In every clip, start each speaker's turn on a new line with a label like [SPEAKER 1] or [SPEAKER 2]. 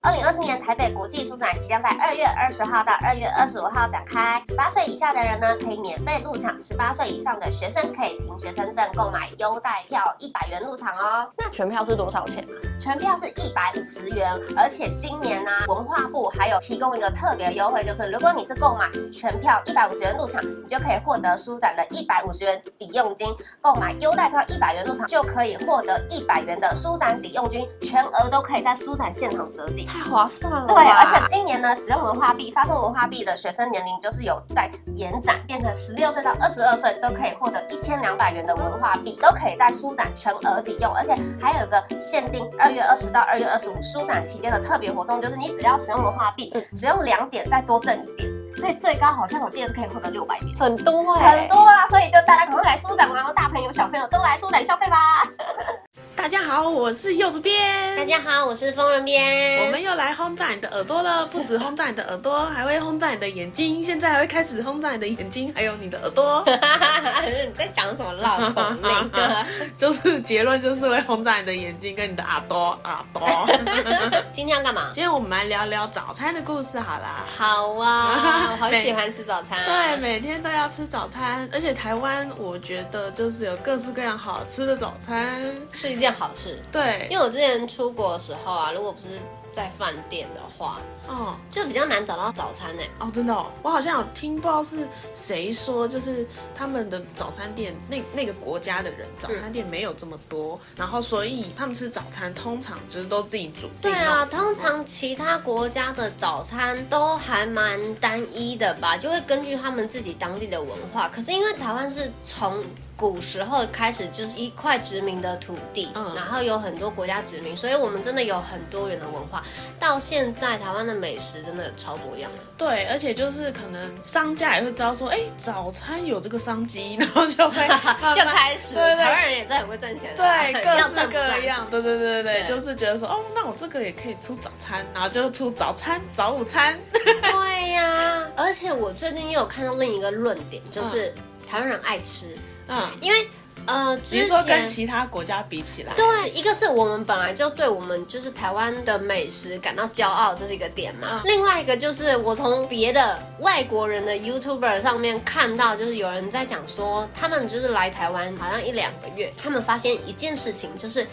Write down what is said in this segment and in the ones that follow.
[SPEAKER 1] 二零二四年台北国际书展即将在二月二十号到二月二十五号展开，十八岁以下的人呢可以免费入场，十八岁以上的学生可以凭学生证购买优待票，一百元入场哦。
[SPEAKER 2] 那全票是多少钱啊？
[SPEAKER 1] 全票是一百五十元，而且今年呢、文化部还有提供一个特别优惠，就是如果你是购买全票一百五十元入场，你就可以获得书展的一百五十元抵用金；购买优待票一百元入场，就可以获得一百元的书展抵用金，全额都可以在书展现场折抵。
[SPEAKER 2] 太划算了吧。
[SPEAKER 1] 对，而且今年呢，使用文化币、发送文化币的学生年龄就是有在延展，变成十六岁到二十二岁都可以获得一千两百元的文化币，都可以在书展全额抵用，而且还有一个限定二月二十到二月二十五书展期间的特别活动，就是你只要使用文化币
[SPEAKER 2] 嗯，
[SPEAKER 1] 使用两点再多挣一点，所以最高好像我记得是可以获得六百点。
[SPEAKER 2] 很多哎、
[SPEAKER 3] 欸
[SPEAKER 1] 很多啊，所以就大家赶快来书展玩哦，大朋友小朋友都来书展消费吧！
[SPEAKER 4] 大家好，我是柚子
[SPEAKER 1] 大
[SPEAKER 4] 边，
[SPEAKER 1] 家好，我是疯人编，
[SPEAKER 4] 我们又来轰炸你的耳朵了。不止轰炸你的耳朵，还会轰炸你的眼睛，现在还会开始轰炸你的眼睛，还有你的耳朵。
[SPEAKER 1] 你在讲什么老
[SPEAKER 4] 同龄的 就是结论就是会轰炸你的眼睛跟你的耳朵，耳 朵。
[SPEAKER 1] 今天要干嘛？
[SPEAKER 4] 今天我们来聊聊早餐的故事好啦。
[SPEAKER 1] 好啊，我好
[SPEAKER 4] 每
[SPEAKER 1] 喜欢吃早餐。啊
[SPEAKER 4] 对，每天都要吃早餐，而且台湾我觉得就是有各式各样好吃的早餐。
[SPEAKER 3] 是一件好事。
[SPEAKER 4] 对，
[SPEAKER 3] 因为我之前出国的时候啊，如果不是在饭店的话，
[SPEAKER 4] 哦
[SPEAKER 3] 就比较难找到早餐呢、欸
[SPEAKER 4] 哦，真的、哦，我好像有听，不知道是谁说，就是他们的早餐店那那个国家的人早餐店没有这么多，
[SPEAKER 3] 嗯
[SPEAKER 4] 然后所以他们吃早餐通常就是都自己煮。
[SPEAKER 3] 对啊，
[SPEAKER 4] 自己
[SPEAKER 3] 通
[SPEAKER 4] 弄
[SPEAKER 3] 常其他国家的早餐都还蛮单一的吧，就会根据他们自己当地的文化。可是因为台湾是从古时候开始就是一块殖民的土地，
[SPEAKER 4] 嗯
[SPEAKER 3] 然后有很多国家殖民，所以我们真的有很多元的文化。到现在台湾的美食真的有超多样的。
[SPEAKER 4] 对，而且就是可能商家也会知道说，哎，早餐有这个商机，然后 就会
[SPEAKER 3] 就开始，
[SPEAKER 4] 对对对
[SPEAKER 3] 台湾人也是很会挣钱的，
[SPEAKER 4] 对，各
[SPEAKER 3] 要
[SPEAKER 4] 式
[SPEAKER 3] 赚不赚
[SPEAKER 4] 各样，对对对对对，
[SPEAKER 3] 啊对
[SPEAKER 4] 就是觉得说，哦，那我这个也可以出早餐，然后就出早餐、早午餐，
[SPEAKER 3] 对呀、 嗯而且我最近也有看到另一个论点，就是台湾人爱吃，
[SPEAKER 4] 嗯，
[SPEAKER 3] 因为呃，
[SPEAKER 4] 只
[SPEAKER 3] 之
[SPEAKER 4] 是说跟
[SPEAKER 3] 前
[SPEAKER 4] 其他国家比起来，
[SPEAKER 3] 对，一个是我们本来就对我们就是台湾的美食感到骄傲，这是一个点嘛。
[SPEAKER 4] 嗯
[SPEAKER 3] 另外一个就是我从别的外国人的 YouTuber 上面看到，就是有人在讲说，他们就是来台湾好像一两个月，他们发现一件事情，就是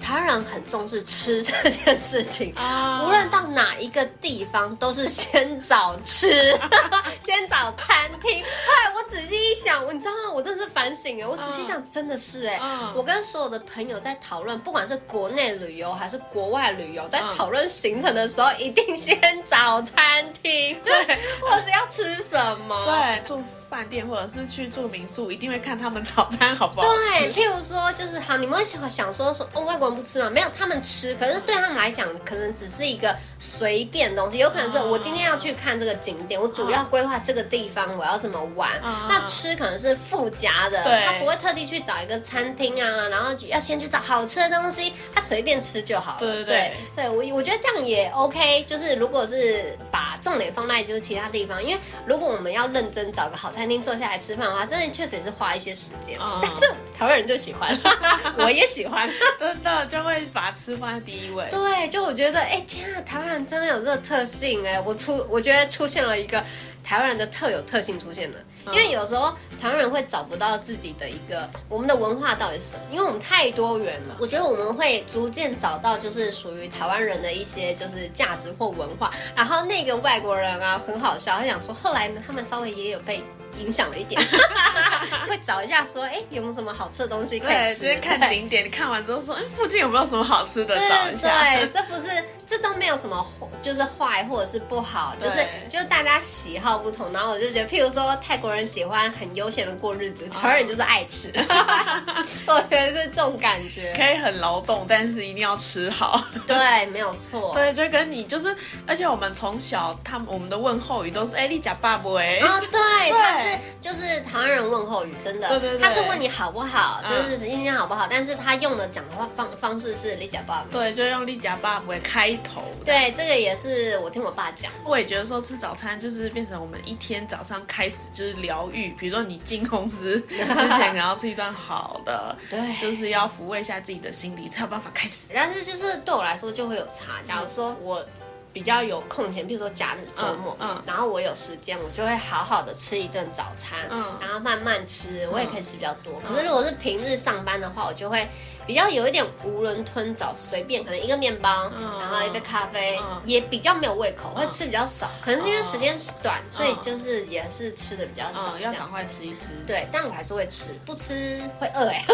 [SPEAKER 3] 台湾人很重视吃这件事情。
[SPEAKER 4] 啊
[SPEAKER 3] 无论到哪一个地方，都是先找吃， 先找餐厅。后来我仔细一想，你知道吗？我真的是反省哎，我仔细想，真的是哎、
[SPEAKER 4] 嗯
[SPEAKER 3] 我跟所有的朋友在讨论，不管是国内旅游还是国外旅游，在
[SPEAKER 4] 嗯
[SPEAKER 3] 讨论行程的时候，一定先找餐厅，
[SPEAKER 4] 对
[SPEAKER 3] 或是要吃什么。
[SPEAKER 4] 对，住饭店或者是去住民宿，一定会看他们早餐好不好
[SPEAKER 3] 对，
[SPEAKER 4] 吃。
[SPEAKER 3] 譬如说，就是好，你们会想想说说哦，外国人不吃吗？没有，他们吃，可是对他们来讲，可能只是一个随便东西，有可能是
[SPEAKER 4] 哦
[SPEAKER 3] 我今天要去看这个景点，我主要规划这个地方我要怎么玩
[SPEAKER 4] 哦，
[SPEAKER 3] 那吃可能是附加的，
[SPEAKER 4] 对
[SPEAKER 3] 他不会特地去找一个餐厅啊，然后要先去找好吃的东西，他随便吃就好了。
[SPEAKER 4] 对对
[SPEAKER 3] 对
[SPEAKER 4] 对
[SPEAKER 3] 对我我觉得这样也 OK，就是如果是把重点放在就是其他地方，因为如果我们要认真找个好餐厅坐下来吃饭的话，真的确实也是花一些时间。
[SPEAKER 4] 嗯
[SPEAKER 3] 但是台湾人就喜欢， 我也喜欢。
[SPEAKER 4] 真的就会把吃放在第一位。
[SPEAKER 3] 对，就我觉得，哎、天啊，台湾人真的有这个特性哎、我出我觉得出现了一个台湾人的特有特性出现了，因为有时候台湾人会找不到自己的一个我们的文化到底是什么，因为我们太多元了。我觉得我们会逐渐找到就是属于台湾人的一些就是价值或文化，然后那个外国人啊很好笑，他想说后来呢，他们稍微也有被。影响了一点， 会找一下说，哎、有没有什么好吃的东西可以
[SPEAKER 4] 对，
[SPEAKER 3] 吃？
[SPEAKER 4] 就是看
[SPEAKER 3] 对
[SPEAKER 4] 景点，看完之后说，哎，附近有没有什么好吃的， 找一下。
[SPEAKER 3] 对对，这不是这都没有什么就是坏或者是不好，就
[SPEAKER 4] 对
[SPEAKER 3] 是就是大家喜好不同。然后我就觉得，譬如说泰国人喜欢很悠闲的过日子，台湾人就是爱吃，
[SPEAKER 4] 哦
[SPEAKER 3] 我觉得是这种感觉。
[SPEAKER 4] 可以很劳动，但是一定要吃好。
[SPEAKER 3] 对，没有错。
[SPEAKER 4] 对，就跟你就是，而且我们从小，他们我们的问候语都是“哎、你假爸不哎
[SPEAKER 3] 啊、对，他是就是台湾人问候语，真的，
[SPEAKER 4] 对对对
[SPEAKER 3] 他是问你好不好，就
[SPEAKER 4] 嗯
[SPEAKER 3] 是今天好不好，但是他用的讲的话方方式是你假爸”，爸。
[SPEAKER 4] 对，就用“你假爸不哎”开头。
[SPEAKER 3] 对，这个也是我听我爸讲。
[SPEAKER 4] 我也觉得说吃早餐就是变成我们一天早上开始就是疗愈，比如说你进公司之前，然后吃一顿好的，
[SPEAKER 3] 对
[SPEAKER 4] 就是要抚慰一下自己的心理，才有办法开始。
[SPEAKER 3] 但是就是对我来说就会有差。假如说我比较有空闲，譬如说假日、周末，
[SPEAKER 4] 嗯嗯
[SPEAKER 3] 然后我有时间，我就会好好的吃一顿早餐，
[SPEAKER 4] 嗯
[SPEAKER 3] 然后慢慢吃，我也可以吃比较多。可是如果是平日上班的话，我就会比较有一点囫囵吞枣，随便可能一个面包，
[SPEAKER 4] 嗯
[SPEAKER 3] 然后一杯咖啡，
[SPEAKER 4] 嗯哦
[SPEAKER 3] 也比较没有胃口，会吃比较少。可能是因为时间短，所以
[SPEAKER 4] 嗯
[SPEAKER 3] 就是也是吃的比较少
[SPEAKER 4] 嗯，
[SPEAKER 3] 这
[SPEAKER 4] 要
[SPEAKER 3] 样。
[SPEAKER 4] 赶快吃一吃。
[SPEAKER 3] 对，但我还是会吃，不吃会饿哎、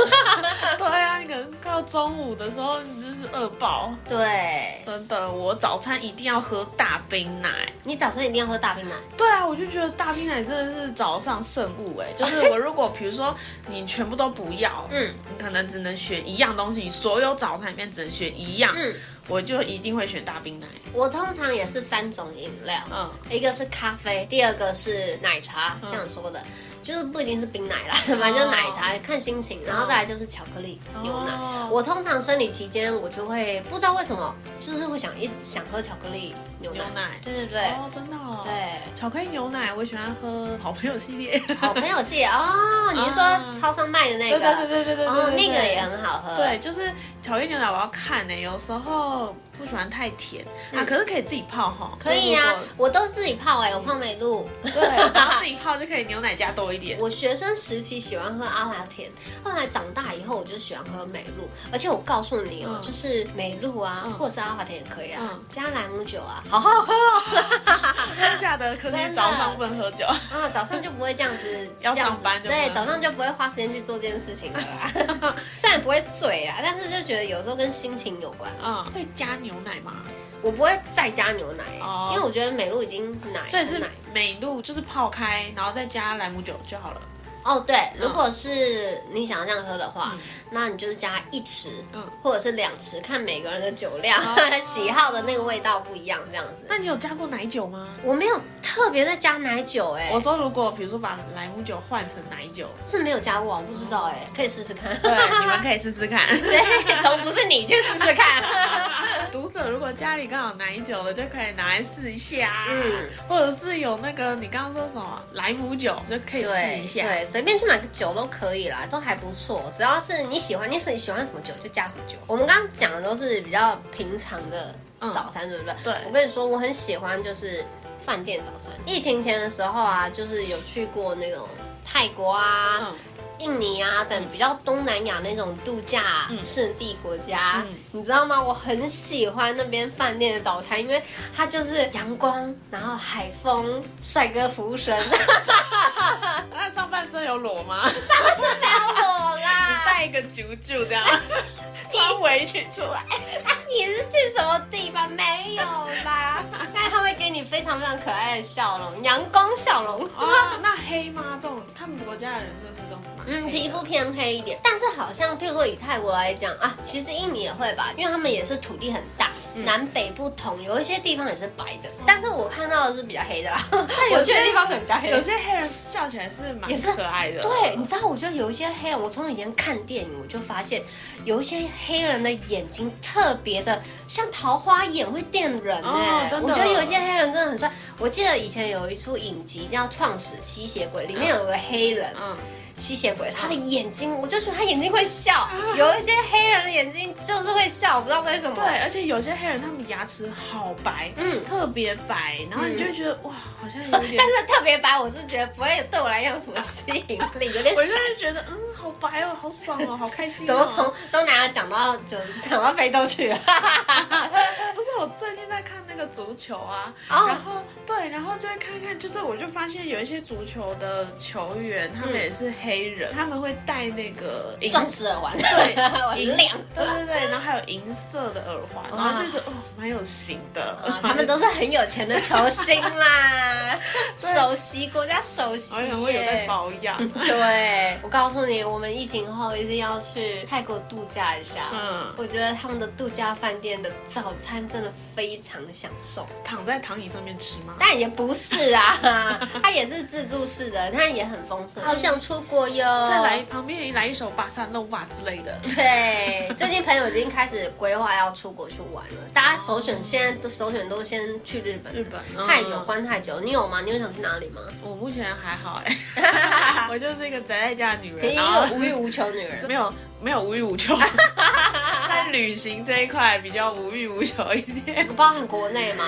[SPEAKER 4] 对啊，你可能到中午的时候，你就是饿爆。
[SPEAKER 3] 对，
[SPEAKER 4] 真的，我早餐一定要喝大冰奶。
[SPEAKER 3] 你早上一定要喝大冰奶，
[SPEAKER 4] 对啊，我就觉得大冰奶真的是早上圣物哎、 就是我如果比如说你全部都不要，
[SPEAKER 3] 嗯
[SPEAKER 4] 你可能只能选一样东西，你所有早餐里面只能选一样，
[SPEAKER 3] 嗯。
[SPEAKER 4] 我就一定会选大冰奶。
[SPEAKER 3] 我通常也是三种饮料，
[SPEAKER 4] 嗯
[SPEAKER 3] 一个是咖啡，第二个是奶茶，这样说的，就是不一定是冰奶啦，
[SPEAKER 4] 哦
[SPEAKER 3] 反正就是奶茶，看心情，然后
[SPEAKER 4] 嗯
[SPEAKER 3] 再来就是巧克力、牛
[SPEAKER 4] 哦
[SPEAKER 3] 奶。我通常生理期间，我就会不知道为什么，就是会想一直想喝巧克力牛奶。
[SPEAKER 4] 牛奶
[SPEAKER 3] 对对对、
[SPEAKER 4] 哦，真的哦。
[SPEAKER 3] 对，
[SPEAKER 4] 巧克力牛奶我喜欢喝好朋友系列。
[SPEAKER 3] 好朋友 系哦，你是说超商卖的那个？
[SPEAKER 4] 啊对对对对对对
[SPEAKER 3] 哦，
[SPEAKER 4] 对
[SPEAKER 3] 那个也很好喝。
[SPEAKER 4] 对，就是巧克力牛奶，我要看呢、有时候不喜欢太甜、啊，可是可以啊自己泡哈。
[SPEAKER 3] 可以呀、
[SPEAKER 4] 就是如果
[SPEAKER 3] 我都自己泡哎、我泡美露。
[SPEAKER 4] 对，然后自己泡就可以牛奶加多一 点。
[SPEAKER 3] 我学生时期喜欢喝阿华田，后来长大以后我就喜欢喝美露，而且我告诉你哦，
[SPEAKER 4] 嗯
[SPEAKER 3] 就是美露啊，
[SPEAKER 4] 嗯
[SPEAKER 3] 或者是阿华田也可以啊，
[SPEAKER 4] 嗯
[SPEAKER 3] 加莱姆酒啊，好好喝
[SPEAKER 4] 真的假的？可是
[SPEAKER 3] 真的
[SPEAKER 4] 你早上不能喝酒。
[SPEAKER 3] 啊，早上就不会这样子
[SPEAKER 4] 要上班
[SPEAKER 3] 这
[SPEAKER 4] 就
[SPEAKER 3] 样子对，
[SPEAKER 4] 不能
[SPEAKER 3] 早上就不会花时间去做这件事情了啦。 虽然不会醉啦，但是就觉得有时候跟心情有关，
[SPEAKER 4] 嗯，会加牛奶吗？
[SPEAKER 3] 我不会再加牛奶、
[SPEAKER 4] 哦
[SPEAKER 3] 因为我觉得美露已经奶
[SPEAKER 4] 所以是
[SPEAKER 3] 奶
[SPEAKER 4] 美露，就是泡开，然后再加莱姆酒就好了。
[SPEAKER 3] 哦，对，
[SPEAKER 4] 嗯
[SPEAKER 3] 如果是你想要这样喝的话，那你就是加一匙，
[SPEAKER 4] 嗯
[SPEAKER 3] 或者是两匙，看每个人的酒量、
[SPEAKER 4] 哦 嗯
[SPEAKER 3] 喜好的那个味道不一样，这样子。
[SPEAKER 4] 那你有加过奶酒吗？
[SPEAKER 3] 我没有特别在加奶酒、欸，
[SPEAKER 4] 我
[SPEAKER 3] 哎，
[SPEAKER 4] 说，如果比如说把莱姆酒换成奶酒，
[SPEAKER 3] 是没有加过啊，我不知道、欸，哎，可以试试 看。
[SPEAKER 4] 对，你们可以试试看。
[SPEAKER 3] 对，总不是你去试试看。
[SPEAKER 4] 读者如果家里刚好奶酒的，就可以拿来试一下，
[SPEAKER 3] 嗯
[SPEAKER 4] 嗯，或者是有那个你刚刚说什么莱姆酒，就可以试
[SPEAKER 3] 对
[SPEAKER 4] 一下。
[SPEAKER 3] 对，随便去买个酒都可以啦，都还不错。只要是你喜欢，你是喜欢什么酒就加什么酒。我们刚刚讲的都是比较平常的早餐，对不对？
[SPEAKER 4] 嗯对
[SPEAKER 3] 我跟你说，我很喜欢就是饭店早餐。疫情前的时候啊，就是有去过那种泰国啊、
[SPEAKER 4] 嗯，
[SPEAKER 3] 印尼啊等比较东南亚那种度假胜地国家，
[SPEAKER 4] 嗯
[SPEAKER 3] 你知道吗？我很喜欢那边饭店的早餐，因为它就是阳光，然后海风，帅哥服务生。
[SPEAKER 4] 啊那上半身有裸 吗？
[SPEAKER 3] 我啦，
[SPEAKER 4] 带一个啾啾 这样，穿围裙出来。
[SPEAKER 3] 你是去什么地方？没有 啦，但他会给你非常非常可爱的笑容，阳光笑容。
[SPEAKER 4] 啊，那黑吗？这种他们国家的人是不是都蛮黑的
[SPEAKER 3] 嗯，皮肤偏黑一点，但是好像譬如说以泰国来讲啊，其实印尼也会吧，因为他们也是土地很大，南北不同，有一些地方也是白的，但是我看到的是比较黑的啦，我去的地方可能比较 黑
[SPEAKER 4] 哎有。些黑人笑起来是蛮
[SPEAKER 3] 也是
[SPEAKER 4] 可爱的。
[SPEAKER 3] 对，你知道，我觉得有一些黑人，我从以前看电影，我就发现有一些黑人的眼睛特别的像桃花眼，会电人
[SPEAKER 4] 哦
[SPEAKER 3] 哎、
[SPEAKER 4] 真的
[SPEAKER 3] 我觉得有一些黑人真的很帅。我记得以前有一出影集叫《创始吸血鬼》，里面有个黑人
[SPEAKER 4] 嗯，
[SPEAKER 3] 吸血鬼，他的眼睛，我就说他眼睛会
[SPEAKER 4] 啊
[SPEAKER 3] 笑。有一些黑人的眼睛就是会笑，我不知道为什么。
[SPEAKER 4] 对，而且有些黑人他们牙齿好白，
[SPEAKER 3] 嗯
[SPEAKER 4] 特别白，然后你就会觉得、哇，好像有点
[SPEAKER 3] 但。是特别白，我是觉得不会对我来讲有什么吸引力，有点
[SPEAKER 4] 我
[SPEAKER 3] 傻
[SPEAKER 4] 就是 觉得，嗯，好白哦，好爽哦，好开心、哦。
[SPEAKER 3] 怎么从东南亚讲到就讲到非洲去了？
[SPEAKER 4] 不是我最近在看那个足球啊
[SPEAKER 3] 哦
[SPEAKER 4] 然后对，然后就会看看，就是我就发现有一些足球的球员，他们也是黑人，他们会戴那个银
[SPEAKER 3] 嗯钻石耳环，
[SPEAKER 4] 对
[SPEAKER 3] 很亮。
[SPEAKER 4] 对对对，然后还有银色的耳环，然后就觉得哦，蛮有型的。
[SPEAKER 3] 啊，他们都是很有钱的球星啦，首席国家首席
[SPEAKER 4] 而且哎我有在
[SPEAKER 3] 耶。
[SPEAKER 4] 保养。
[SPEAKER 3] 对，我告诉你，我们疫情后一定要去泰国度假一下。
[SPEAKER 4] 嗯，
[SPEAKER 3] 我觉得他们的度假饭店的早餐真的非常享受，
[SPEAKER 4] 躺在躺椅上面吃吗？
[SPEAKER 3] 但也不是啊，它也是自助式的，但也很丰盛。好想出国哟！
[SPEAKER 4] 再来旁边来一首巴萨诺瓦之类的。
[SPEAKER 3] 对，最近朋友已经开始规划要出国去玩了。大家首选现在都首选都先去日本，
[SPEAKER 4] 日本嗯
[SPEAKER 3] 太久关太久。你有吗？你有想去哪里吗？
[SPEAKER 4] 我目前还好哎、 我就是一个宅在家的女
[SPEAKER 3] 你
[SPEAKER 4] 人，
[SPEAKER 3] 一
[SPEAKER 4] 然后
[SPEAKER 3] 个无欲无求女人，
[SPEAKER 4] 没有没有无欲无求，但在旅行这一块比较无欲无求一点。
[SPEAKER 3] 包含国内吗？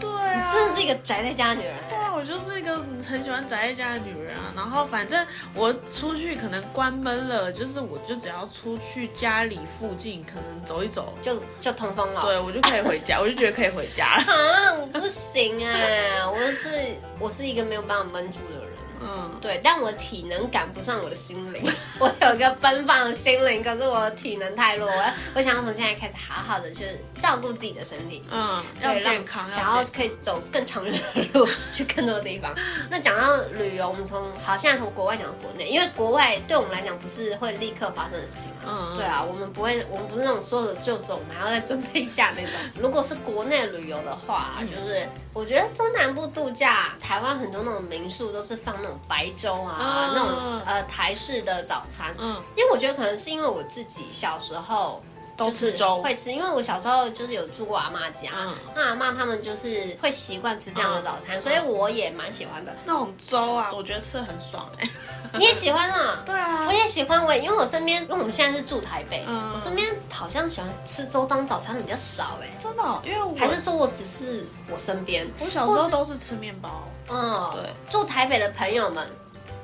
[SPEAKER 4] 对啊
[SPEAKER 3] 真的是一个宅在家的女人。
[SPEAKER 4] 对啊，我就是一个很喜欢宅在家的女人啊。然后反正我出去可能关门了，就是我就只要出去家里附近，可能走一走，
[SPEAKER 3] 就就通风了。
[SPEAKER 4] 对我就可以回家，我就觉得可以回家 了。
[SPEAKER 3] 啊，我不行哎、我是我是一个没有办法闷住的人。
[SPEAKER 4] 嗯，
[SPEAKER 3] 对，但我体能赶不上我的心 灵，我有一个奔放的心灵，可是我的体能太弱。我我想要从现在开始好好的去照顾自己的身体，
[SPEAKER 4] 嗯，要
[SPEAKER 3] 对让
[SPEAKER 4] 健康，
[SPEAKER 3] 想要
[SPEAKER 4] 健
[SPEAKER 3] 可以走更长远的路，去更多地方。 那讲到旅游，我们从好，现在从国外讲到国内，因为国外对我们来讲不是会立刻发生的事情嘛。
[SPEAKER 4] 嗯，
[SPEAKER 3] 对啊，我们不会，我们不是那种说走就走，我们还要再准备一下 那种。如果是国内旅游的话，
[SPEAKER 4] 嗯
[SPEAKER 3] 就是我觉得中南部度假，台湾很多那种民宿都是放那种白粥啊，
[SPEAKER 4] 嗯
[SPEAKER 3] 那种呃台式的早餐。
[SPEAKER 4] 嗯，
[SPEAKER 3] 因为我觉得可能是因为我自己小时候
[SPEAKER 4] 都
[SPEAKER 3] 就是
[SPEAKER 4] 吃粥，
[SPEAKER 3] 会吃，因为我小时候就是有住过阿妈家，
[SPEAKER 4] 嗯
[SPEAKER 3] 那阿妈他们就是会习惯吃这样的早餐，所以我也蛮喜欢的。
[SPEAKER 4] 那种粥啊，我觉得吃得很爽哎、
[SPEAKER 3] 你也喜欢啊？
[SPEAKER 4] 对啊
[SPEAKER 3] 我也喜欢，我也因为我身边，因为我们现在是住台北，
[SPEAKER 4] 嗯
[SPEAKER 3] 我身边好像喜欢吃粥当早餐的比较少哎、
[SPEAKER 4] 真的哦、因为我
[SPEAKER 3] 还是说我只是我身边，
[SPEAKER 4] 我小时候都是吃面包，
[SPEAKER 3] 嗯，
[SPEAKER 4] 对，
[SPEAKER 3] 住台北的朋友们，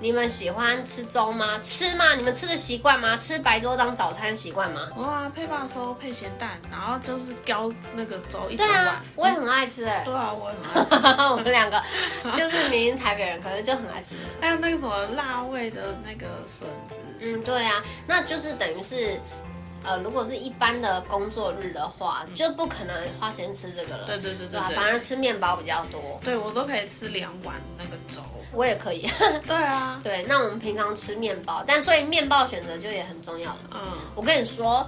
[SPEAKER 3] 你们喜欢吃粥吗？吃吗？你们吃的习惯吗？吃白粥当早餐习惯吗？
[SPEAKER 4] 哇，啊配霸粥配咸蛋，然后就是浇那个粥一整
[SPEAKER 3] 对
[SPEAKER 4] 碗
[SPEAKER 3] 啊。，我也很爱吃哎、
[SPEAKER 4] 对啊，我很爱吃。
[SPEAKER 3] 我们两个就是明明台北人，可是就很爱吃。
[SPEAKER 4] 还有那个什么辣味的那个笋子，
[SPEAKER 3] 嗯，对啊，那就是等于是，呃，如果是一般的工作日的话，就不可能花钱吃这个了。
[SPEAKER 4] 对对对对
[SPEAKER 3] 对啊
[SPEAKER 4] 对
[SPEAKER 3] 反而吃面包比较多。
[SPEAKER 4] 对我都可以吃两碗那个粥。
[SPEAKER 3] 我也可以，
[SPEAKER 4] 对啊，
[SPEAKER 3] 对。那我们平常吃面包，但所以面包选择就也很重要了。
[SPEAKER 4] 嗯，
[SPEAKER 3] 我跟你说，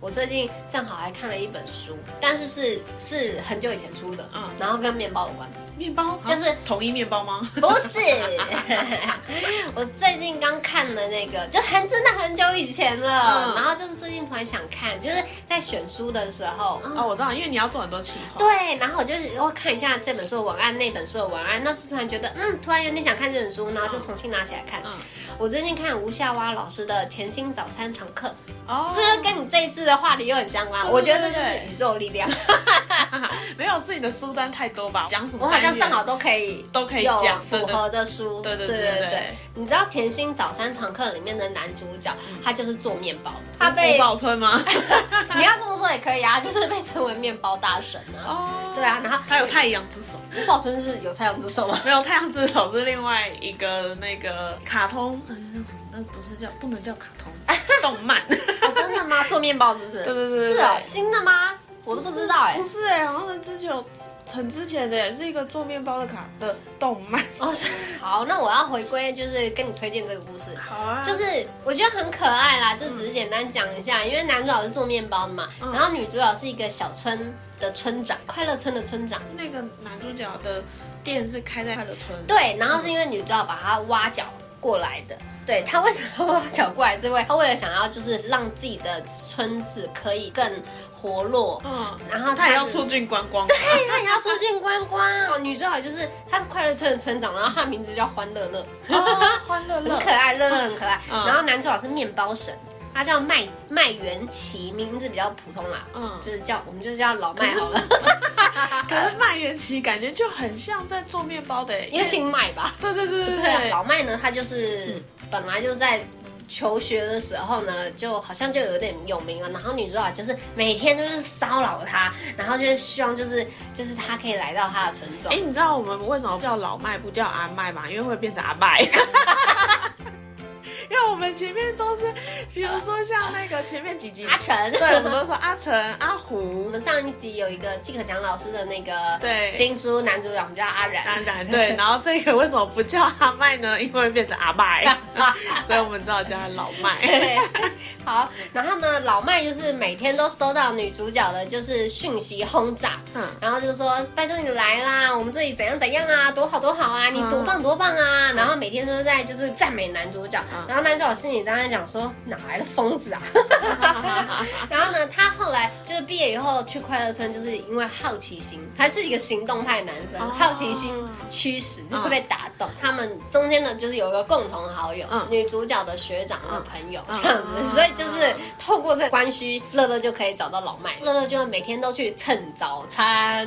[SPEAKER 3] 我最近正好还看了一本书，但是是是很久以前出的，
[SPEAKER 4] 嗯
[SPEAKER 3] 然后跟面包有关，
[SPEAKER 4] 面包啊
[SPEAKER 3] 就是
[SPEAKER 4] 统一面包吗？
[SPEAKER 3] 不是， 我最近刚看了那个，就很真的很久以前了。
[SPEAKER 4] 嗯
[SPEAKER 3] 然后就是最近突然想看，就是在选书的时候。
[SPEAKER 4] 哦，我知道，因为你要做很多企划。
[SPEAKER 3] 对，然后我就我看一下这本书的文案，那本书的文案，那时突然觉得，嗯，突然有点想看这本书，然后就重新拿起来看。
[SPEAKER 4] 嗯
[SPEAKER 3] 我最近看吴夏蛙老师的《甜心早餐堂课》，
[SPEAKER 4] 哦，
[SPEAKER 3] 是不啊是跟你这一次的话题又很相关？
[SPEAKER 4] 对
[SPEAKER 3] 我觉得这就
[SPEAKER 4] 对
[SPEAKER 3] 是
[SPEAKER 4] 对
[SPEAKER 3] 宇宙力量。
[SPEAKER 4] 没有是你的书单太多吧？讲什么
[SPEAKER 3] 我
[SPEAKER 4] 单元？
[SPEAKER 3] 好像正好都可以
[SPEAKER 4] 都可以
[SPEAKER 3] 有
[SPEAKER 4] 讲
[SPEAKER 3] 符合的书，
[SPEAKER 4] 对对
[SPEAKER 3] 对
[SPEAKER 4] 对对对对
[SPEAKER 3] 你知道《甜心早餐常客》里面的男主角，
[SPEAKER 4] 嗯
[SPEAKER 3] 他就是做面包，他
[SPEAKER 4] 五
[SPEAKER 3] 被
[SPEAKER 4] 宝村吗？
[SPEAKER 3] 你要这么说也可以啊， 就是被称为面包大神啊。
[SPEAKER 4] 哦，
[SPEAKER 3] 对啊然后
[SPEAKER 4] 还有太阳之手，
[SPEAKER 3] 吴宝春是有太阳之手 吗？
[SPEAKER 4] 没有太阳之手是另外一个那个卡通，嗯，叫什么？那不是叫不能叫卡 通，动漫。
[SPEAKER 3] 哦真的 吗？做面包是不是？
[SPEAKER 4] 对对对对对
[SPEAKER 3] 是哦，新的吗？我都不知道哎
[SPEAKER 4] 不。是哎、好像很之前有很之前的耶，是一个做面包的卡的动漫。
[SPEAKER 3] 哦，是 好，那我要回归，就是跟你推荐这个故事。
[SPEAKER 4] 好啊
[SPEAKER 3] 就是是我觉得很可爱啦，就只是简单讲一下，因为男主角是做面包的嘛，
[SPEAKER 4] 嗯
[SPEAKER 3] 然后女主角是一个小村的村长，快乐村的村长。
[SPEAKER 4] 那个男主角的店是开在快乐村。
[SPEAKER 3] 对，然后是因为女主角把他挖角过来的。对他为什么挖角过来，是因为他为了想要就是让自己的村子可以更活络，
[SPEAKER 4] 嗯，
[SPEAKER 3] 然后
[SPEAKER 4] 他也要
[SPEAKER 3] 是
[SPEAKER 4] 出境观光
[SPEAKER 3] 哦
[SPEAKER 4] 吗。啊
[SPEAKER 3] 对，他也要出境观光。哦女主角就是她是快乐村的村长，然后她的名字叫欢乐乐，
[SPEAKER 4] 哦欢乐乐
[SPEAKER 3] 很可爱，乐乐很可爱。
[SPEAKER 4] 嗯
[SPEAKER 3] 然后男主角是面包神，他叫麦麦元奇，名字比较普通啦，
[SPEAKER 4] 嗯
[SPEAKER 3] 就是叫我们就叫老麦好了，
[SPEAKER 4] 可是麦元奇感觉就很像在做面包的耶，欸
[SPEAKER 3] 因为姓麦吧。
[SPEAKER 4] 对对对对
[SPEAKER 3] 对啊，老麦呢，他就是本来就在求学的时候呢，就好像就有点有名了。然后女主角就是每天就是骚扰他，然后就是希望就是就是他可以来到他的村庄
[SPEAKER 4] 哎、。你知道我们为什么叫老麦不叫阿麦吗？因为会变成阿麦。 因为我们前面都是，比如说像那个前面几集，
[SPEAKER 3] 阿成，
[SPEAKER 4] 对，我们都说阿成、阿
[SPEAKER 3] 我
[SPEAKER 4] 胡、
[SPEAKER 3] 们上一集有一个季可强老师的那个
[SPEAKER 4] 对
[SPEAKER 3] 新书，男主角我们叫阿然。
[SPEAKER 4] 当然对，然后这个为什么不叫阿麦呢？因为会变成阿麦，所以我们只好叫他老麦。
[SPEAKER 3] 对， 好，然后呢，老麦就是每天都收到女主角的就是讯息轰炸，
[SPEAKER 4] 嗯
[SPEAKER 3] 然后就说拜托你来啦，我们这里怎样怎样啊，多好多好
[SPEAKER 4] 嗯
[SPEAKER 3] 啊，你多棒多棒啊，然后每天都在就是赞美男主角，
[SPEAKER 4] 嗯
[SPEAKER 3] 然后男主角心里当然讲说哪来的疯子啊，然后呢，他后来就是毕业以后去快乐村，就是因为好奇心，他是一个行动派男生，
[SPEAKER 4] 哦
[SPEAKER 3] 好奇心驱使就会被打动。他们中间呢，就是有一个共同好友，
[SPEAKER 4] 嗯
[SPEAKER 3] 女主角的学长的朋友、
[SPEAKER 4] 嗯
[SPEAKER 3] 这样
[SPEAKER 4] 嗯
[SPEAKER 3] 子，所以就是透过这关系，乐乐就可以找到老麦。乐乐就每天都去蹭早 餐，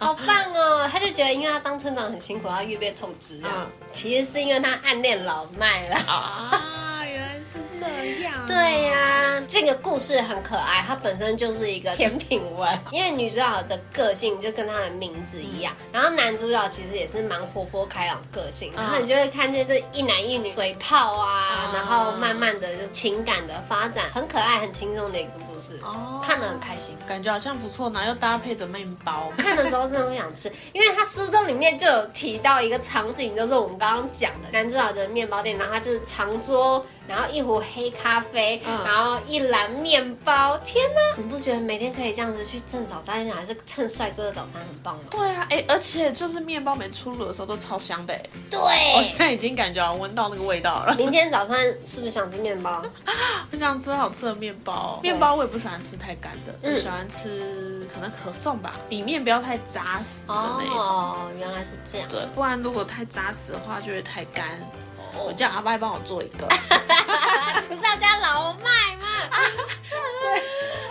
[SPEAKER 3] 好棒哦！他就觉得，因为他当村长很辛苦，他越被透支这样。
[SPEAKER 4] 嗯
[SPEAKER 3] 其实是因为他暗恋老麦了。
[SPEAKER 4] 啊，原来是这样。
[SPEAKER 3] 对呀、这个故事很可爱，它本身就是一个甜品文，因为女主角的个性就跟她的名字一样，然后男主角其实也是蛮活泼开朗个性，然后你就会看见这一男一女嘴炮啊，
[SPEAKER 4] 啊
[SPEAKER 3] 然后慢慢的就情感的发展，很可爱很轻松的一个故事，
[SPEAKER 4] 哦
[SPEAKER 3] 看得很开心。
[SPEAKER 4] 感觉好像不错，然后又搭配着面包。
[SPEAKER 3] 看的时候真的会想吃，因为他书中里面就有提到一个场景，就是我们刚刚讲的男主角的面包店，然后他就是长桌，然后一壶黑咖啡，
[SPEAKER 4] 嗯
[SPEAKER 3] 然后一篮面包。天哪，你不觉得每天可以这样子去蹭早餐，还是蹭帅哥的早餐很棒吗？
[SPEAKER 4] 对啊，哎、而且就是面包没出炉的时候都超香的、哎
[SPEAKER 3] 对。
[SPEAKER 4] 我现在已经感觉到闻到那个味道了。
[SPEAKER 3] 明天早餐是不是想吃面 包？
[SPEAKER 4] 很想吃好吃的面包哦，
[SPEAKER 3] 对
[SPEAKER 4] 面包我也不喜欢吃太干的，
[SPEAKER 3] 嗯
[SPEAKER 4] 我喜欢吃可能可颂吧，里面不要太扎实的那一种。
[SPEAKER 3] 哦，原来是这样。
[SPEAKER 4] 对，不然如果太扎实的话就会太干。我叫阿拜帮我做一 个，
[SPEAKER 3] 不是要加老麦吗？
[SPEAKER 4] 对。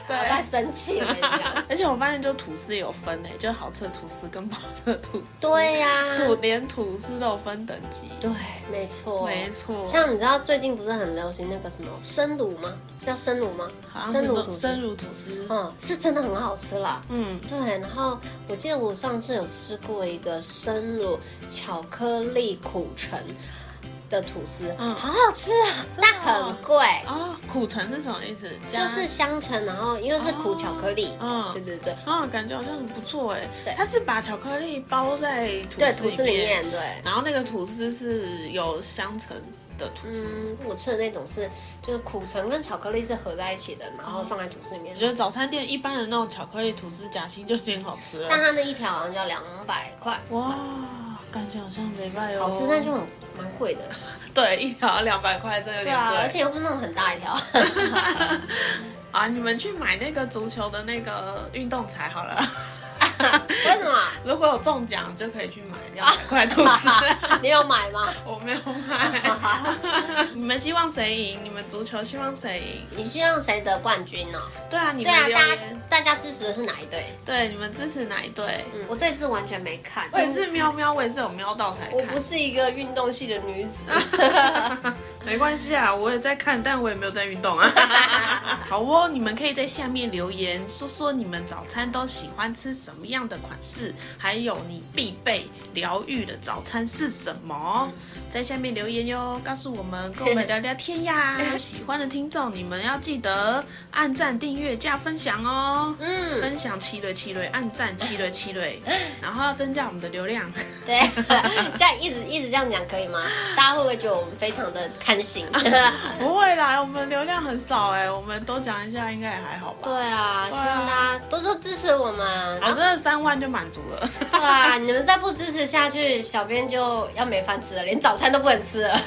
[SPEAKER 3] 我在生气，我跟你讲。
[SPEAKER 4] 而且我发现，就吐司也有分诶，就是好吃的吐司跟不好吃的吐司，
[SPEAKER 3] 对呀、
[SPEAKER 4] 吐连吐司都有分等级。
[SPEAKER 3] 对，没错，
[SPEAKER 4] 没错
[SPEAKER 3] 像你知道最近不是很流行那个什么生乳吗？是叫生乳吗？
[SPEAKER 4] 好像是
[SPEAKER 3] 乳吐
[SPEAKER 4] 那种
[SPEAKER 3] 司
[SPEAKER 4] 生乳吐司，
[SPEAKER 3] 嗯，
[SPEAKER 4] 哦
[SPEAKER 3] 是真的很好吃啦。
[SPEAKER 4] 嗯，
[SPEAKER 3] 对，然后我记得我上次有吃过一个生乳巧克力苦橙的吐司，
[SPEAKER 4] 嗯哦
[SPEAKER 3] 好好吃啊，但很贵，
[SPEAKER 4] 啊，苦橙是什么意思？加
[SPEAKER 3] 就是香橙，然后因为是苦巧克力，
[SPEAKER 4] 啊嗯
[SPEAKER 3] 对对对，
[SPEAKER 4] 啊，感觉好像很不错哎
[SPEAKER 3] 对。
[SPEAKER 4] 它是把巧克力包在吐
[SPEAKER 3] 对吐司里
[SPEAKER 4] 面，
[SPEAKER 3] 面对。
[SPEAKER 4] 然后那个吐司是有香橙的吐司。
[SPEAKER 3] 嗯，我吃的那种是，就是苦橙跟巧克力是合在一起的，然后放在吐司里面
[SPEAKER 4] 我。觉得早餐店一般的那种巧克力吐司夹心就已经好吃
[SPEAKER 3] 但
[SPEAKER 4] 了。
[SPEAKER 3] 它那一条好像就要两百块，
[SPEAKER 4] 哇，感觉好像没办法哦。
[SPEAKER 3] 好吃但就很蛮贵的。
[SPEAKER 4] 对一条两百块，这有
[SPEAKER 3] 对
[SPEAKER 4] 点
[SPEAKER 3] 啊，而
[SPEAKER 4] 贵。
[SPEAKER 3] 且又弄很大一条。嗯
[SPEAKER 4] 啊，你们去买那个足球的那个运动材好了。
[SPEAKER 3] 为什么？
[SPEAKER 4] 如果有中奖就可以去买两百块吐司。
[SPEAKER 3] 你有买吗？
[SPEAKER 4] 我没有买。 你们希望谁赢？你们足球希望谁赢？
[SPEAKER 3] 你希望谁得冠军呢、
[SPEAKER 4] 对啊，你
[SPEAKER 3] 对
[SPEAKER 4] 们
[SPEAKER 3] 啊，
[SPEAKER 4] 留
[SPEAKER 3] 大家
[SPEAKER 4] 言。
[SPEAKER 3] 大家支持的是哪一队？
[SPEAKER 4] 对，你们支持哪一队？
[SPEAKER 3] 嗯，我这次完全没看，嗯
[SPEAKER 4] 我也是喵喵，我也是有喵到才
[SPEAKER 3] 我
[SPEAKER 4] 看
[SPEAKER 3] 不。是一个运动系的女子。
[SPEAKER 4] 没关系啊，我也在看，但我也没有在运动啊。 好哦，你们可以在下面留言，说说你们早餐都喜欢吃什么样的款式，还有你必备疗愈的早餐是什么，在下面留言哟，告诉我们，跟我们聊聊天呀。 喜欢的听众，你们要记得按赞、订阅、加分享哦。
[SPEAKER 3] 嗯，
[SPEAKER 4] 分享七对七对，按赞七对七对，然后增加我们的流量。
[SPEAKER 3] 对， 这样一直一直这样讲可以吗？大家会不会觉得我们非常的贪 心？
[SPEAKER 4] 不会啦，我们流量很少哎、我们多讲一下应该也还好吧。
[SPEAKER 3] 对啊，希啊
[SPEAKER 4] 对啊
[SPEAKER 3] 望大家多多支持我们。
[SPEAKER 4] 好，这三万就满足 了。
[SPEAKER 3] 对啊，你们再不支持下去，小编就要没饭吃了，连早餐都不能吃 了。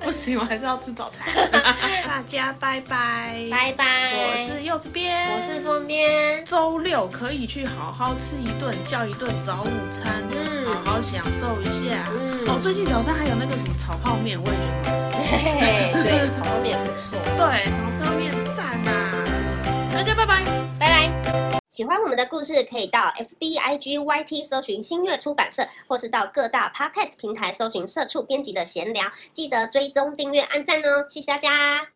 [SPEAKER 4] 不行，我还是要吃早餐。 大家拜拜，
[SPEAKER 3] 拜拜，
[SPEAKER 4] 我是柚子边，
[SPEAKER 3] 我是封面。
[SPEAKER 4] 周六可以去好好吃一顿，叫一顿早午餐，
[SPEAKER 3] 嗯
[SPEAKER 4] 好好享受一下。
[SPEAKER 3] 嗯
[SPEAKER 4] 哦，最近早上还有那个什么炒泡面，我也觉得好吃。
[SPEAKER 1] 哎
[SPEAKER 3] 嘿，对，炒泡面也不错。
[SPEAKER 4] 对，炒泡面赞啊！大家拜拜。
[SPEAKER 3] 拜拜。
[SPEAKER 1] 喜欢我们的故事，可以到 FB、IG、YT 搜寻新月出版社，或是到各大 Podcast 平台搜寻社畜编辑的闲聊，记得追踪、订阅、按赞哦，谢谢大家。